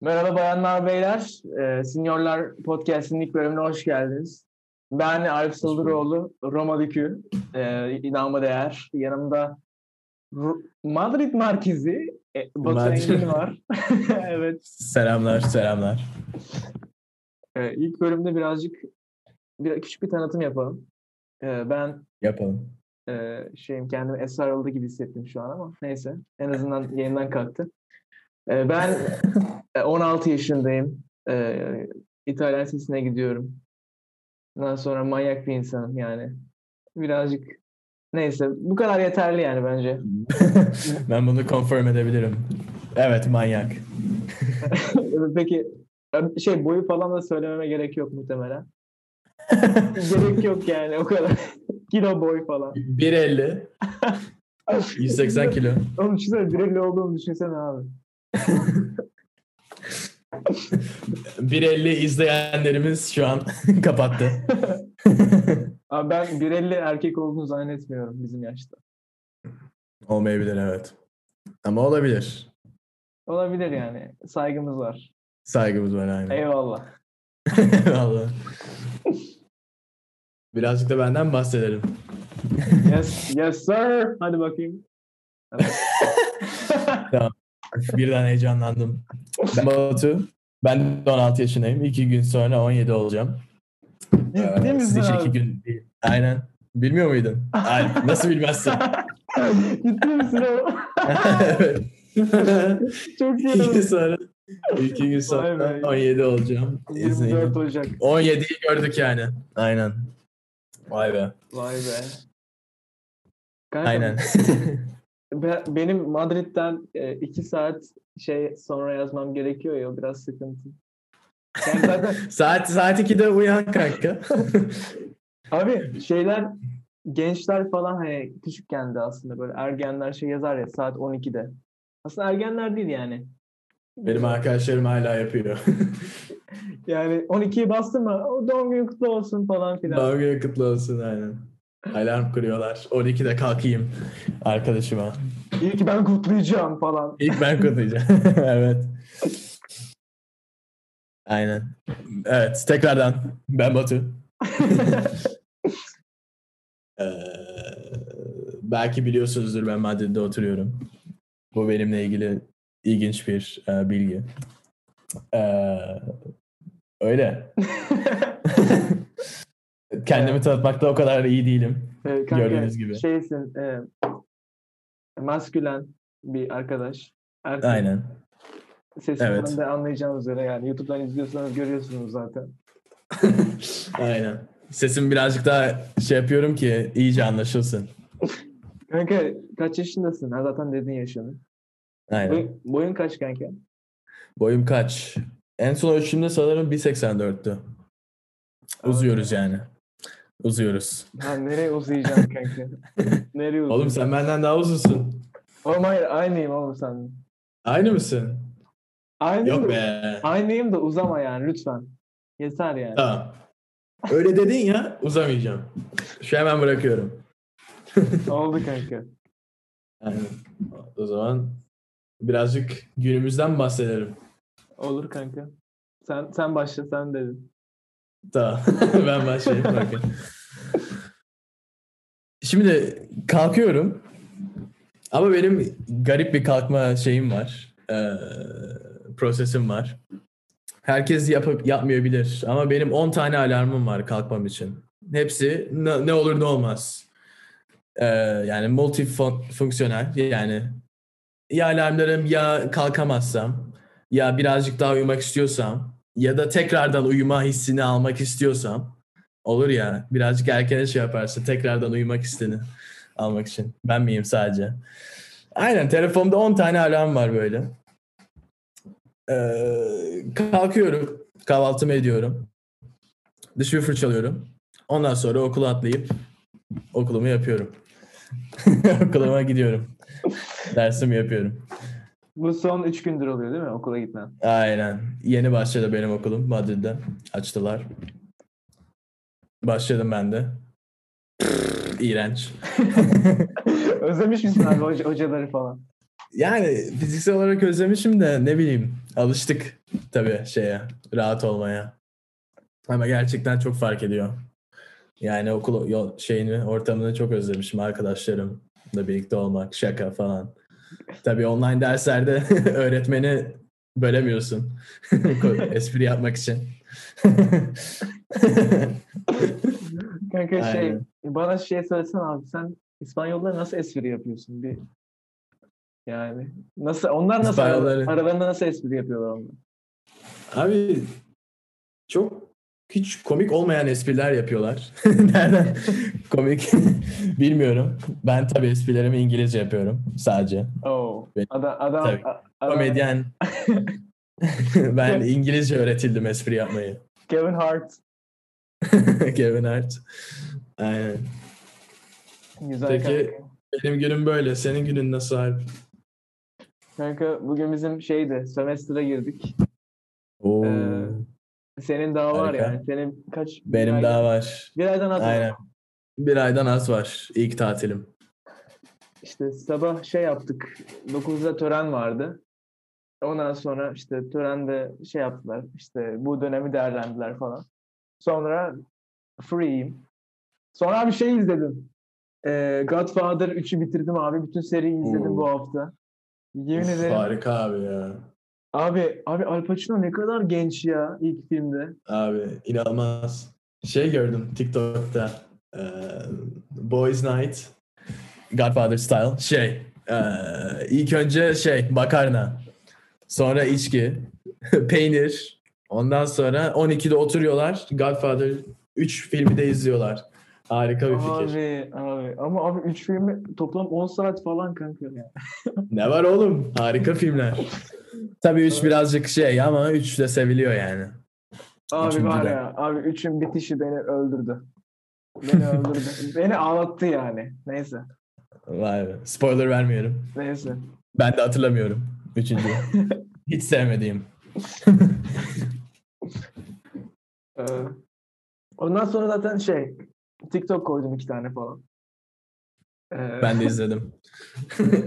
Merhaba bayanlar beyler. Ee, Seniorlar Podcast'in ilk bölümüne hoş geldiniz. Ben Arif Sıldıroğlu, Roma Dükü, e, inanma değer. Yanımda Ru- Madrid merkezi e, Batu Madrid. Engin var. evet. Selamlar, selamlar. e, ilk bölümde birazcık bir, küçük bir tanıtım yapalım. E, ben Yapalım. e, şeyim kendimi esrar oldu gibi hissettim şu an ama neyse. En azından yayından kalktı. E, ben e, 16 yaşındayım. E, İtalyan sesine gidiyorum. Ondan sonra manyak bir insanım yani. Birazcık neyse bu kadar yeterli yani bence. ben bunu confirm edebilirim. Evet, manyak. Peki e, şey boyu falan da söylememe gerek yok muhtemelen. gerek yok yani o kadar. Kilo boy falan. 1.50, 180 kilo. Oğlum düşünsene direkt olduğumu düşünsene abi. 1.50 izleyenlerimiz şu an kapattı. Abi ben 1.50 erkek olduğunu zannetmiyorum bizim yaşta. Olmayabilir evet. Ama olabilir. Olabilir yani. Saygımız var. Saygımız var aynen. Eyvallah. Vallahi. Birazcık da benden bahsedelim. Yes, yes sir. Hadi bakayım. Evet. Birden heyecanlandım. Ben Batu. Ben de 16 yaşındayım. İki gün sonra 17 olacağım. Ciddi Ee, misin sizin için iki abi? gün değil. Aynen. Bilmiyor muydun? Ay, nasıl bilmezsin? Ciddi misin oğlum? Evet. Çok iyi. iki gün oğlum. sonra, iki gün Vay be. sonra 17 olacağım. İzniyle. 24 Ocak. 17'yi gördük yani. Aynen. Vay be. Vay be. Kanka, Aynen. be- benim Madrid'den 2 saat şey sonra yazmam gerekiyor ya o biraz sıkıntı. Yani zaten saat saat 2'de uyan kanka. Abi şeyler gençler falan hani küçükken de aslında böyle ergenler şey yazar ya saat 12'de. Aslında ergenler değil yani. Benim arkadaşlarım hala yapıyor. Yani 12'yi bastı mı o doğum günü kutlu olsun falan filan. Doğum günü kutlu olsun aynen. Alarm kuruyorlar. 12'de kalkayım arkadaşıma. İyi ki ben kutlayacağım falan. İlk ben kutlayacağım. evet. Aynen. Evet tekrardan ben Batu. Ee, belki biliyorsunuzdur ben Madrid'de oturuyorum. Bu benimle ilgili ilginç bir e, bilgi. Ee, öyle. Kendimi tanıtmakta o kadar iyi değilim. Ee, kanka, Gördüğünüz gibi. Şeysin e, maskülen bir arkadaş. Erkek. Aynen. Sesinden Evet. de anlayacağınız üzere yani. YouTube'dan izliyorsanız görüyorsunuz zaten. Aynen. Sesim birazcık daha şey yapıyorum ki iyice anlaşılsın. Kanka kaç yaşındasın? Ha, zaten dedin yaşını. Aynen. Boy- boyun kaç kanka? Boyum kaç? En son ölçümde sanırım 1.84'tü. Uzuyoruz yani. Uzuyoruz. Ha, nereye uzayacağım kanka? nereye uzayacağım? Oğlum sen benden daha uzunsun. Oğlum hayır aynıyım oğlum sen. Aynı mısın? Aynı Yok be. Aynıyım da uzama yani lütfen. Yeter yani. Tamam. Öyle dedin ya uzamayacağım. Şu hemen bırakıyorum. Oldu kanka. Aynen. O zaman birazcık günümüzden bahsedelim. Olur kanka. Sen sen başla sen dedin. Tamam. ben başlayayım. bakın. Şimdi kalkıyorum. Ama benim garip bir kalkma şeyim var. Ee, prosesim var. Herkes yapıp yapmıyor bilir. Ama benim 10 tane alarmım var kalkmam için. Hepsi ne, ne olur ne olmaz. Ee, yani multifonksiyonel. Yani ya alarmlarım ya kalkamazsam ya birazcık daha uyumak istiyorsam ya da tekrardan uyuma hissini almak istiyorsam olur ya birazcık erken şey yaparsın tekrardan uyumak hissini almak için. Ben miyim sadece? Aynen telefonda 10 tane alarm var böyle. Ee, kalkıyorum, kahvaltımı ediyorum. Dişimi fırçalıyorum. Ondan sonra okula atlayıp okulumu yapıyorum. Okuluma gidiyorum. Dersimi yapıyorum. Bu son 3 gündür oluyor değil mi okula gitmen? Aynen. Yeni başladı benim okulum Madrid'de. Açtılar. Başladım ben de. İğrenç. Özlemiş misin abi hoca- hocaları falan? Yani fiziksel olarak özlemişim de ne bileyim alıştık tabii şeye rahat olmaya. Ama gerçekten çok fark ediyor. Yani okul yol- şeyini ortamını çok özlemişim arkadaşlarımla birlikte olmak şaka falan. Tabii online derslerde öğretmeni bölemiyorsun espri yapmak için. Kanka şey Aynen. bana şey söylesen abi sen İspanyollar nasıl espri yapıyorsun bir yani nasıl onlar nasıl İspanyolları- aralarında nasıl espri yapıyorlar onlar? Abi çok hiç komik olmayan espriler yapıyorlar. Nereden komik bilmiyorum. Ben tabii esprilerimi İngilizce yapıyorum sadece. Oo. Ve- Adam adam Tabii. a- adam- Komedyen. ben İngilizce öğretildim espri yapmayı. Kevin Hart Kevin Hart. Aynen. güzel Peki- kanka. Benim günüm böyle. Senin günün nasıl Alp? Kanka bugün bizim şeydi semester'a girdik. Oo, Ee, Senin daha var Harika. yani. Senin kaç bir benim ay- daha var. bir aydan az var. Aynen. Bir aydan az var. İlk tatilim. İşte sabah şey yaptık. 9'da tören vardı. Ondan sonra işte törende şey yaptılar. İşte bu dönemi değerlendiler falan. Sonra free'yim. Sonra bir şey izledim. Ee, Godfather 3'ü bitirdim abi. Bütün seriyi izledim Oo. bu hafta. Yemin Uf, ederim. harika abi ya. Abi, abi Al Pacino ne kadar genç ya ilk filmde. Abi inanılmaz. Şey gördüm TikTok'ta. eee, Boys Night. Godfather Style. Şey. eee, ilk önce şey makarna. Sonra içki. peynir. Ondan sonra 12'de oturuyorlar. Godfather 3 filmi de izliyorlar. Harika bir fikir. Abi, abi. Ama abi 3 filmi toplam 10 saat falan kanka. ya. Ne var oğlum? Harika filmler. Tabii 3 birazcık şey ama 3 de seviliyor yani. Abi Üçüncü var de. ya, abi 3'ün bitişi beni öldürdü. Beni öldürdü. beni ağlattı yani. Neyse, Vay be. Spoiler vermiyorum. neyse. Ben de hatırlamıyorum. Üçüncü. Hiç sevmediğim. Ee, ondan sonra zaten şey, TikTok koydum iki tane falan. Ee, Ben de izledim.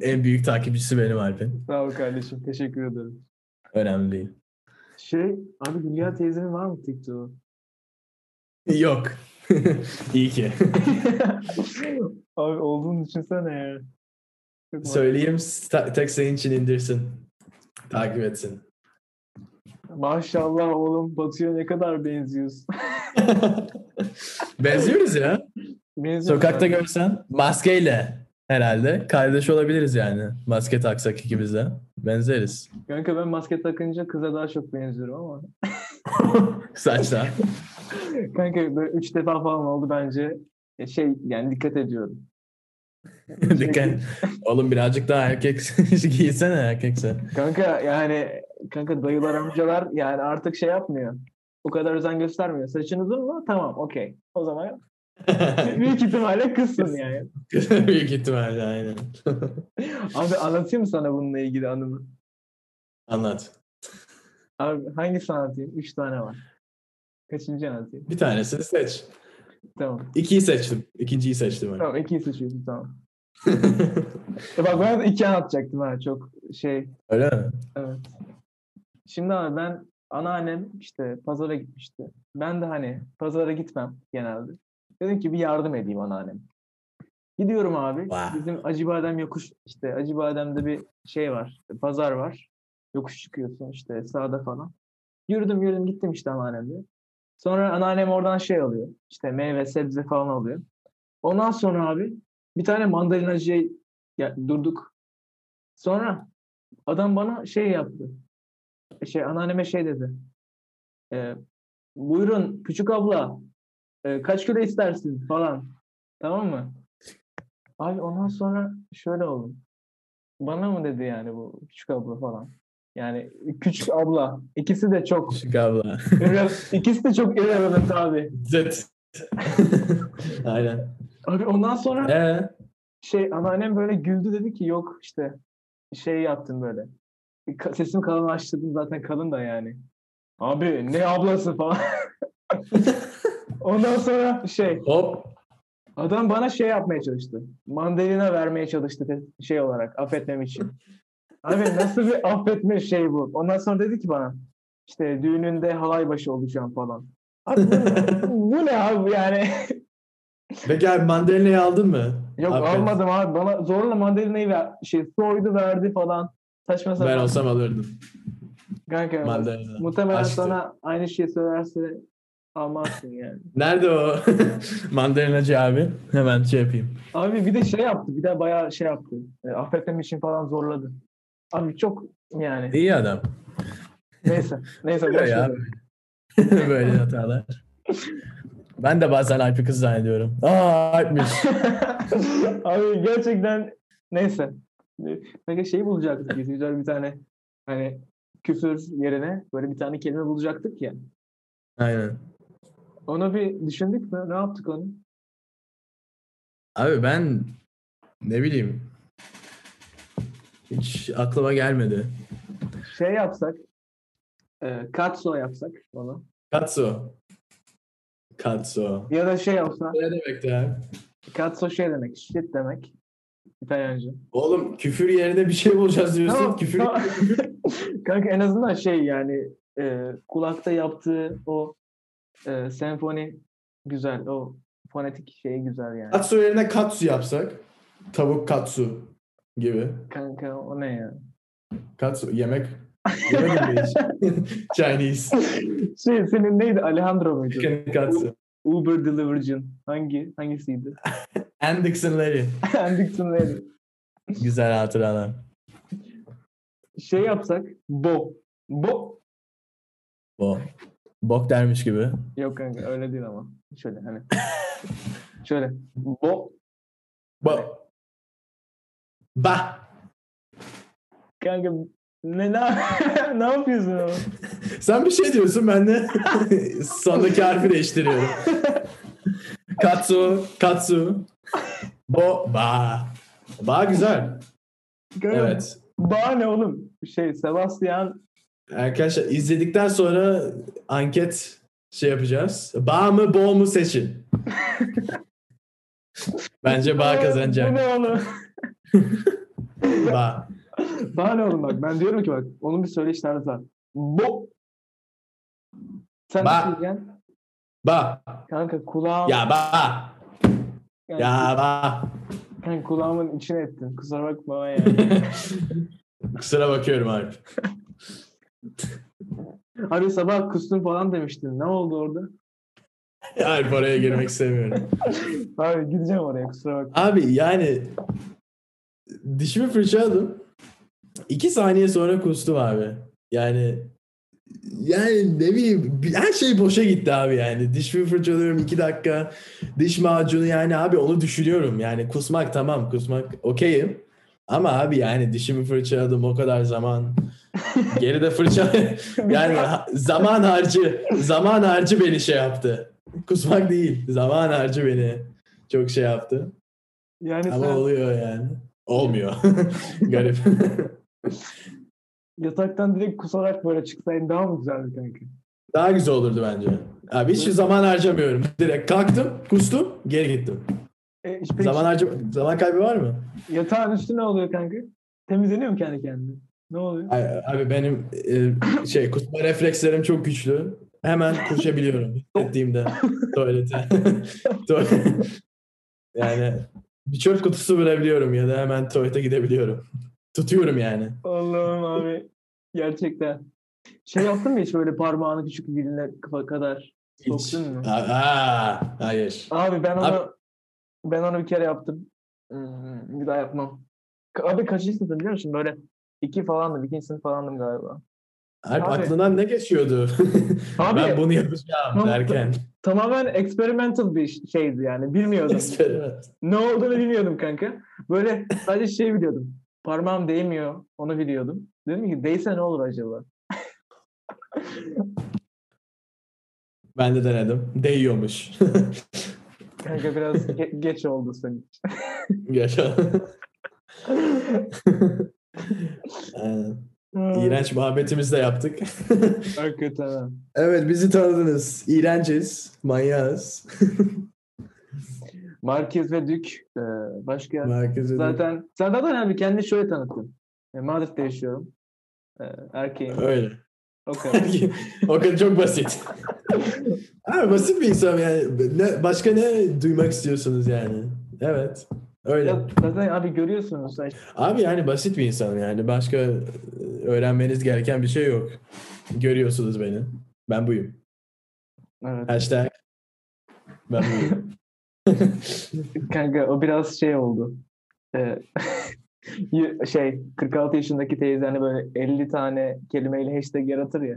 en büyük takipçisi benim Alp'in. Sağ ol kardeşim, teşekkür ederim. Önemli değil. Şey, abi Hülya teyzenin var mı TikTok'u? Yok. İyi ki. abi olduğunu düşünsene ya. Çok Söyleyeyim sta- tek senin için indirsin. Takip etsin. Maşallah oğlum Batu'ya ne kadar benziyorsun. Benziyoruz ya. Benziyorsun Sokakta abi. görsen maskeyle herhalde kardeş olabiliriz yani. Maske taksak ikimiz de. Benzeriz. Kanka ben maske takınca kıza daha çok benziyorum ama. Saçlar. Kanka böyle üç defa falan oldu bence. E, Şey yani dikkat ediyorum. Dikkat. Oğlum birazcık daha erkek giysene erkekse. Kanka yani kanka dayılar amcalar yani artık şey yapmıyor. O kadar özen göstermiyor. Saçın uzun mu? Tamam okey. O zaman büyük ihtimalle kızsın yani. Büyük ihtimalle aynen. Abi anlatayım mı sana bununla ilgili anımı? Anlat. Abi hangisini anlatayım? Üç tane var. Kaçıncı anlatayım? Bir tanesini seç. Tamam. İkiyi seçtim. İkinciyi seçtim. ben. Tamam ikiyi seçiyorsun tamam. E bak ben de iki anlatacaktım ha çok şey. Öyle mi? Evet. Şimdi abi ben anneannem işte pazara gitmişti. Ben de hani pazara gitmem genelde. Dedim ki bir yardım edeyim anneannem. Gidiyorum abi. Vay. Bizim Acıbadem yokuş işte Acıbadem'de bir şey var. Pazar var. Yokuş çıkıyorsun işte sağda falan. Yürüdüm yürüdüm gittim işte anneannemle. Sonra anneannem oradan şey alıyor. İşte meyve sebze falan alıyor. Ondan sonra abi bir tane mandalinacıya ya- durduk. Sonra adam bana şey yaptı. Şey anneanneme şey dedi. Ee, buyurun küçük abla e, kaç kilo istersin falan. Tamam mı? Abi ondan sonra şöyle oldu. Bana mı dedi yani bu küçük abla falan. Yani küçük abla. ikisi de çok Küçük abla. irre- ikisi de çok irrelevant abi. Zıt. aynen. Abi ondan sonra Ee, şey anneannem böyle güldü dedi ki yok işte şey yaptın böyle. Ka- Sesimi kalınlaştırdım zaten kalın da yani. Abi ne ablası falan. Ondan sonra şey hop. Adam bana şey yapmaya çalıştı. Mandalina vermeye çalıştı te- şey olarak affetmem için. Abi nasıl bir affetme şey bu? Ondan sonra dedi ki bana işte düğününde halay başı olacağım falan. Abi bu- bu ne abi yani? Peki abi mandalinayı aldın mı? Yok Affet. almadım abi. Bana zorla mandalinayı ver, şey soydu verdi falan. Saçma sapan. Ben olsam alırdım Kanka, mandalina. muhtemelen Açtı. sana aynı şeyi söylerse almazsın yani. Nerede o mandalinacı abi? Hemen şey yapayım. Abi bir de şey yaptı. Bir de bayağı şey yaptı. E, affetmem için falan zorladı. Abi çok yani. İyi adam. Neyse. Neyse. Böyle boş ya. ver. Böyle hatalar. Ben de bazen Alp'i kız zannediyorum. Aa Alp'miş. Abi gerçekten neyse. Kanka şey bulacaktık biz. Güzel bir tane hani küfür yerine böyle bir tane kelime bulacaktık ya. Aynen. Onu bir düşündük mü? Ne yaptık onu? Abi ben ne bileyim hiç aklıma gelmedi. Şey yapsak. E, katso yapsak onu. Katso. Katso. Ya da şey yapsak. Ne demek ya? Katso şey demek. Shit demek. İtalyanca. Oğlum küfür yerine bir şey bulacağız diyorsun. küfür. tamam. Kanka en azından şey yani e, kulakta yaptığı o e, senfoni güzel. O fonetik şey güzel yani. Katsu yerine katsu yapsak. Tavuk katsu gibi. Kanka o ne ya? Katsu yemek. Yemek yemeyiz. Chinese. Şey senin neydi? Alejandro muydu? Chicken katsu. Uber Delivercin. Hangi? Hangisiydi? Anderson'ları. Dixon neydi? Güzel hatıralar. Şey yapsak. Bo. Bo. Bo. Bok dermiş gibi. Yok kanka öyle değil ama. Şöyle hani. Şöyle. Bo. Bo. Ba. Kanka ne, ne, ne yapıyorsun ama? Sen bir şey diyorsun ben de sondaki harfi değiştiriyorum. katsu, katsu. Bo, ba. Ba güzel. Kanka, Evet. Bağ ne oğlum? Şey Sebastian Arkadaşlar izledikten sonra anket şey yapacağız. Ba mı bo mu seçin. Bence ba Bu kazanacak. ne oğlum? Ba. Bağ ne oğlum bak ben diyorum ki bak onun bir söyleyiş tarzı var. Bo. Sen Ba. ne diyeceksin? Ba. Kanka kulağım Ya ba. yani, Ya ba. kanka kulağımın içine ettin. Kusura bakma yani. Kusura bakıyorum abi. Abi sabah kustun falan demiştin. Ne oldu orada? Alp oraya girmek istemiyorum. Abi gideceğim oraya kusura bakma. Abi yani dişimi fırçaladım. İki saniye sonra kustum abi. Yani yani ne bileyim bir- her şey boşa gitti abi yani. Dişimi fırçalıyorum iki dakika. Diş macunu yani abi onu düşünüyorum. Yani kusmak tamam kusmak okeyim. Ama abi yani dişimi fırçaladım o kadar zaman. Geride fırça yani ha- zaman harcı zaman harcı beni şey yaptı. Kusmak değil zaman harcı beni çok şey yaptı. Yani Ama sen oluyor yani. Olmuyor. Garip. yataktan direkt kusarak böyle çıksaydın daha mı güzeldi kanka? Daha güzel olurdu bence. Abi hiç zaman harcamıyorum. Direkt kalktım, kustum, geri gittim. E, işte peki Zaman harcam zaman kaybı var mı? yatağın üstü ne oluyor kanka? Temizleniyor mu kendi kendine? Ne oluyor? Ay- Abi benim e, şey kusma reflekslerim çok güçlü. Hemen koşabiliyorum hissettiğimde tuvalete. Tuval- yani bir çöp kutusu bulabiliyorum ya da hemen tuvalete gidebiliyorum. Tutuyorum yani. Allah'ım abi. Gerçekten. Şey yaptın mı hiç böyle parmağını küçük diline kafa kadar Hiç. soktun mu? Aa, aa, hayır. Abi ben onu Abi- ben onu bir kere yaptım. Hmm, bir daha yapmam. Ka- Abi kaçıncı sınıftı biliyor musun? Böyle iki falandım, ikinci sınıf falandım galiba. Alp Abi- aklından ne geçiyordu? Abi ben bunu yapacağım Tam- derken. tamamen experimental bir ş- şeydi yani. Bilmiyordum. Eksperiment. ne olduğunu bilmiyordum kanka. Böyle sadece şey biliyordum. Parmağım değmiyor. Onu biliyordum. Dedim ki değse ne olur acaba? Ben de denedim. Değiyormuş. Kanka biraz ge- geç oldu senin için. Yaşa. Aynen. İğrenç Ee, muhabbetimizi de yaptık. Hakikaten. ha. evet bizi tanıdınız. İğrenciz. Manyağız. Marquez ve Dük. e, başka Merkeze de- zaten sen zaten abi kendini şöyle tanıttın. E, Madrid'de yaşıyorum. E, erkeğim. Öyle. O kadar. o kadar çok basit. Abi basit bir insan yani. Ne, başka ne duymak istiyorsunuz yani? Evet. Öyle. Ya zaten abi görüyorsunuz. sen Abi yani basit bir insan yani. Başka e, öğrenmeniz gereken bir şey yok. Görüyorsunuz beni. Ben buyum. Evet. Hashtag. Ben buyum. Kanka o biraz şey oldu. Ee, y- şey 46 yaşındaki teyzenle böyle 50 tane kelimeyle hashtag yaratır ya.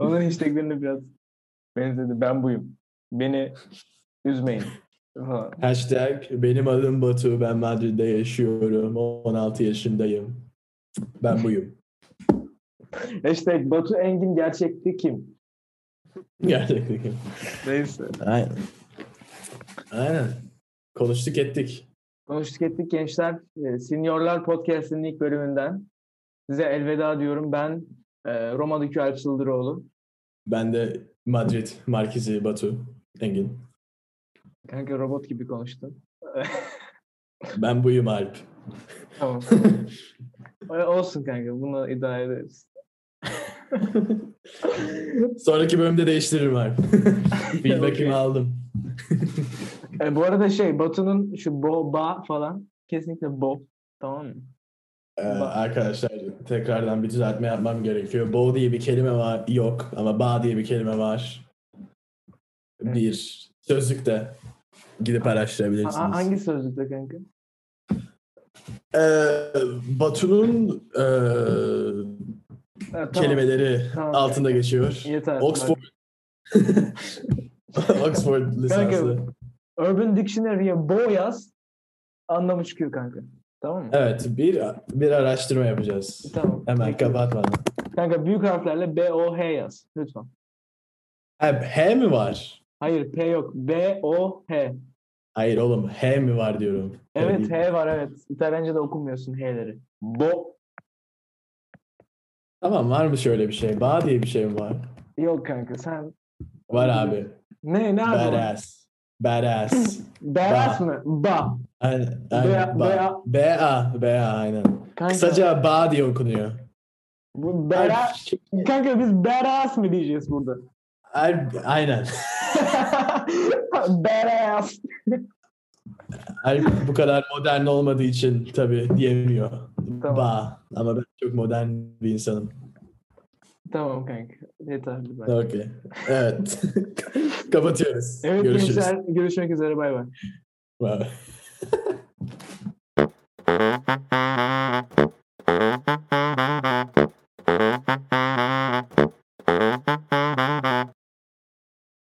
Onun hashtaglerine biraz benzedi. Ben buyum. Beni üzmeyin. falan. Hashtag benim adım Batu. Ben Madrid'de yaşıyorum. 16 yaşındayım. Ben buyum. Hashtag E Batu Engin gerçekti kim? Gerçekten. Neyse. Aynen. Aynen. Konuştuk ettik. Konuştuk ettik gençler. Ee, Seniorlar Podcast'inin ilk bölümünden. Size elveda diyorum. Ben e, Roma'daki Alp Sıldıroğlu. Ben de Madrid merkezi Batu Engin. Kanka robot gibi konuştun. Ben buyum Alp. Tamam. Ee, Olsun kanka. Bunu idare ederiz. Sonraki bölümde değiştiririm Alp. Feedback'imi aldım. E, bu arada şey Batu'nun şu bo ba falan kesinlikle bo tamam mı? Ee, arkadaşlar tekrardan bir düzeltme yapmam gerekiyor. Bo diye bir kelime var yok ama ba diye bir kelime var. Bir sözlükte gidip Ha- araştırabilirsiniz. ha- hangi sözlükte kanka? Ee, Batu'nun ee, Ha, tamam. kelimeleri Tamam. altında geçiyor. Yeter. Oxford. Oxford lisanslı. Urban Dictionary'e bo yaz anlamı çıkıyor kanka. Tamam mı? Evet bir bir araştırma yapacağız. Tamam. Hemen Bekliyorum. kapatma. Kanka büyük harflerle B O H yaz lütfen. Ha, H mi var? Hayır P yok. B O H. Hayır oğlum H mi var diyorum. Evet H var evet. İtalyanca'da okumuyorsun H'leri. Bo Tamam var mı şöyle bir şey? Ba diye bir şey mi var? yok kanka sen Var abi. ne ne yapıyorsun? Badass. Badass. Beras Ba. mı? Ba. Aynen. Ba- aynen. ba- Ba. B-A. B-A aynen. Kanka, Kısaca ba diye okunuyor. şey, bu Beras Kanka biz badass mı diyeceğiz burada? Alp, aynen. badass. Alp bu kadar modern olmadığı için tabii diyemiyor. Tamam. Ba. Ama ben çok modern bir insanım. Tamam kanka. Yeterli. bence. Okey. Evet. Kapatıyoruz. Evet Görüşürüz. gençler görüşmek üzere bay bay. Bye. Thank you.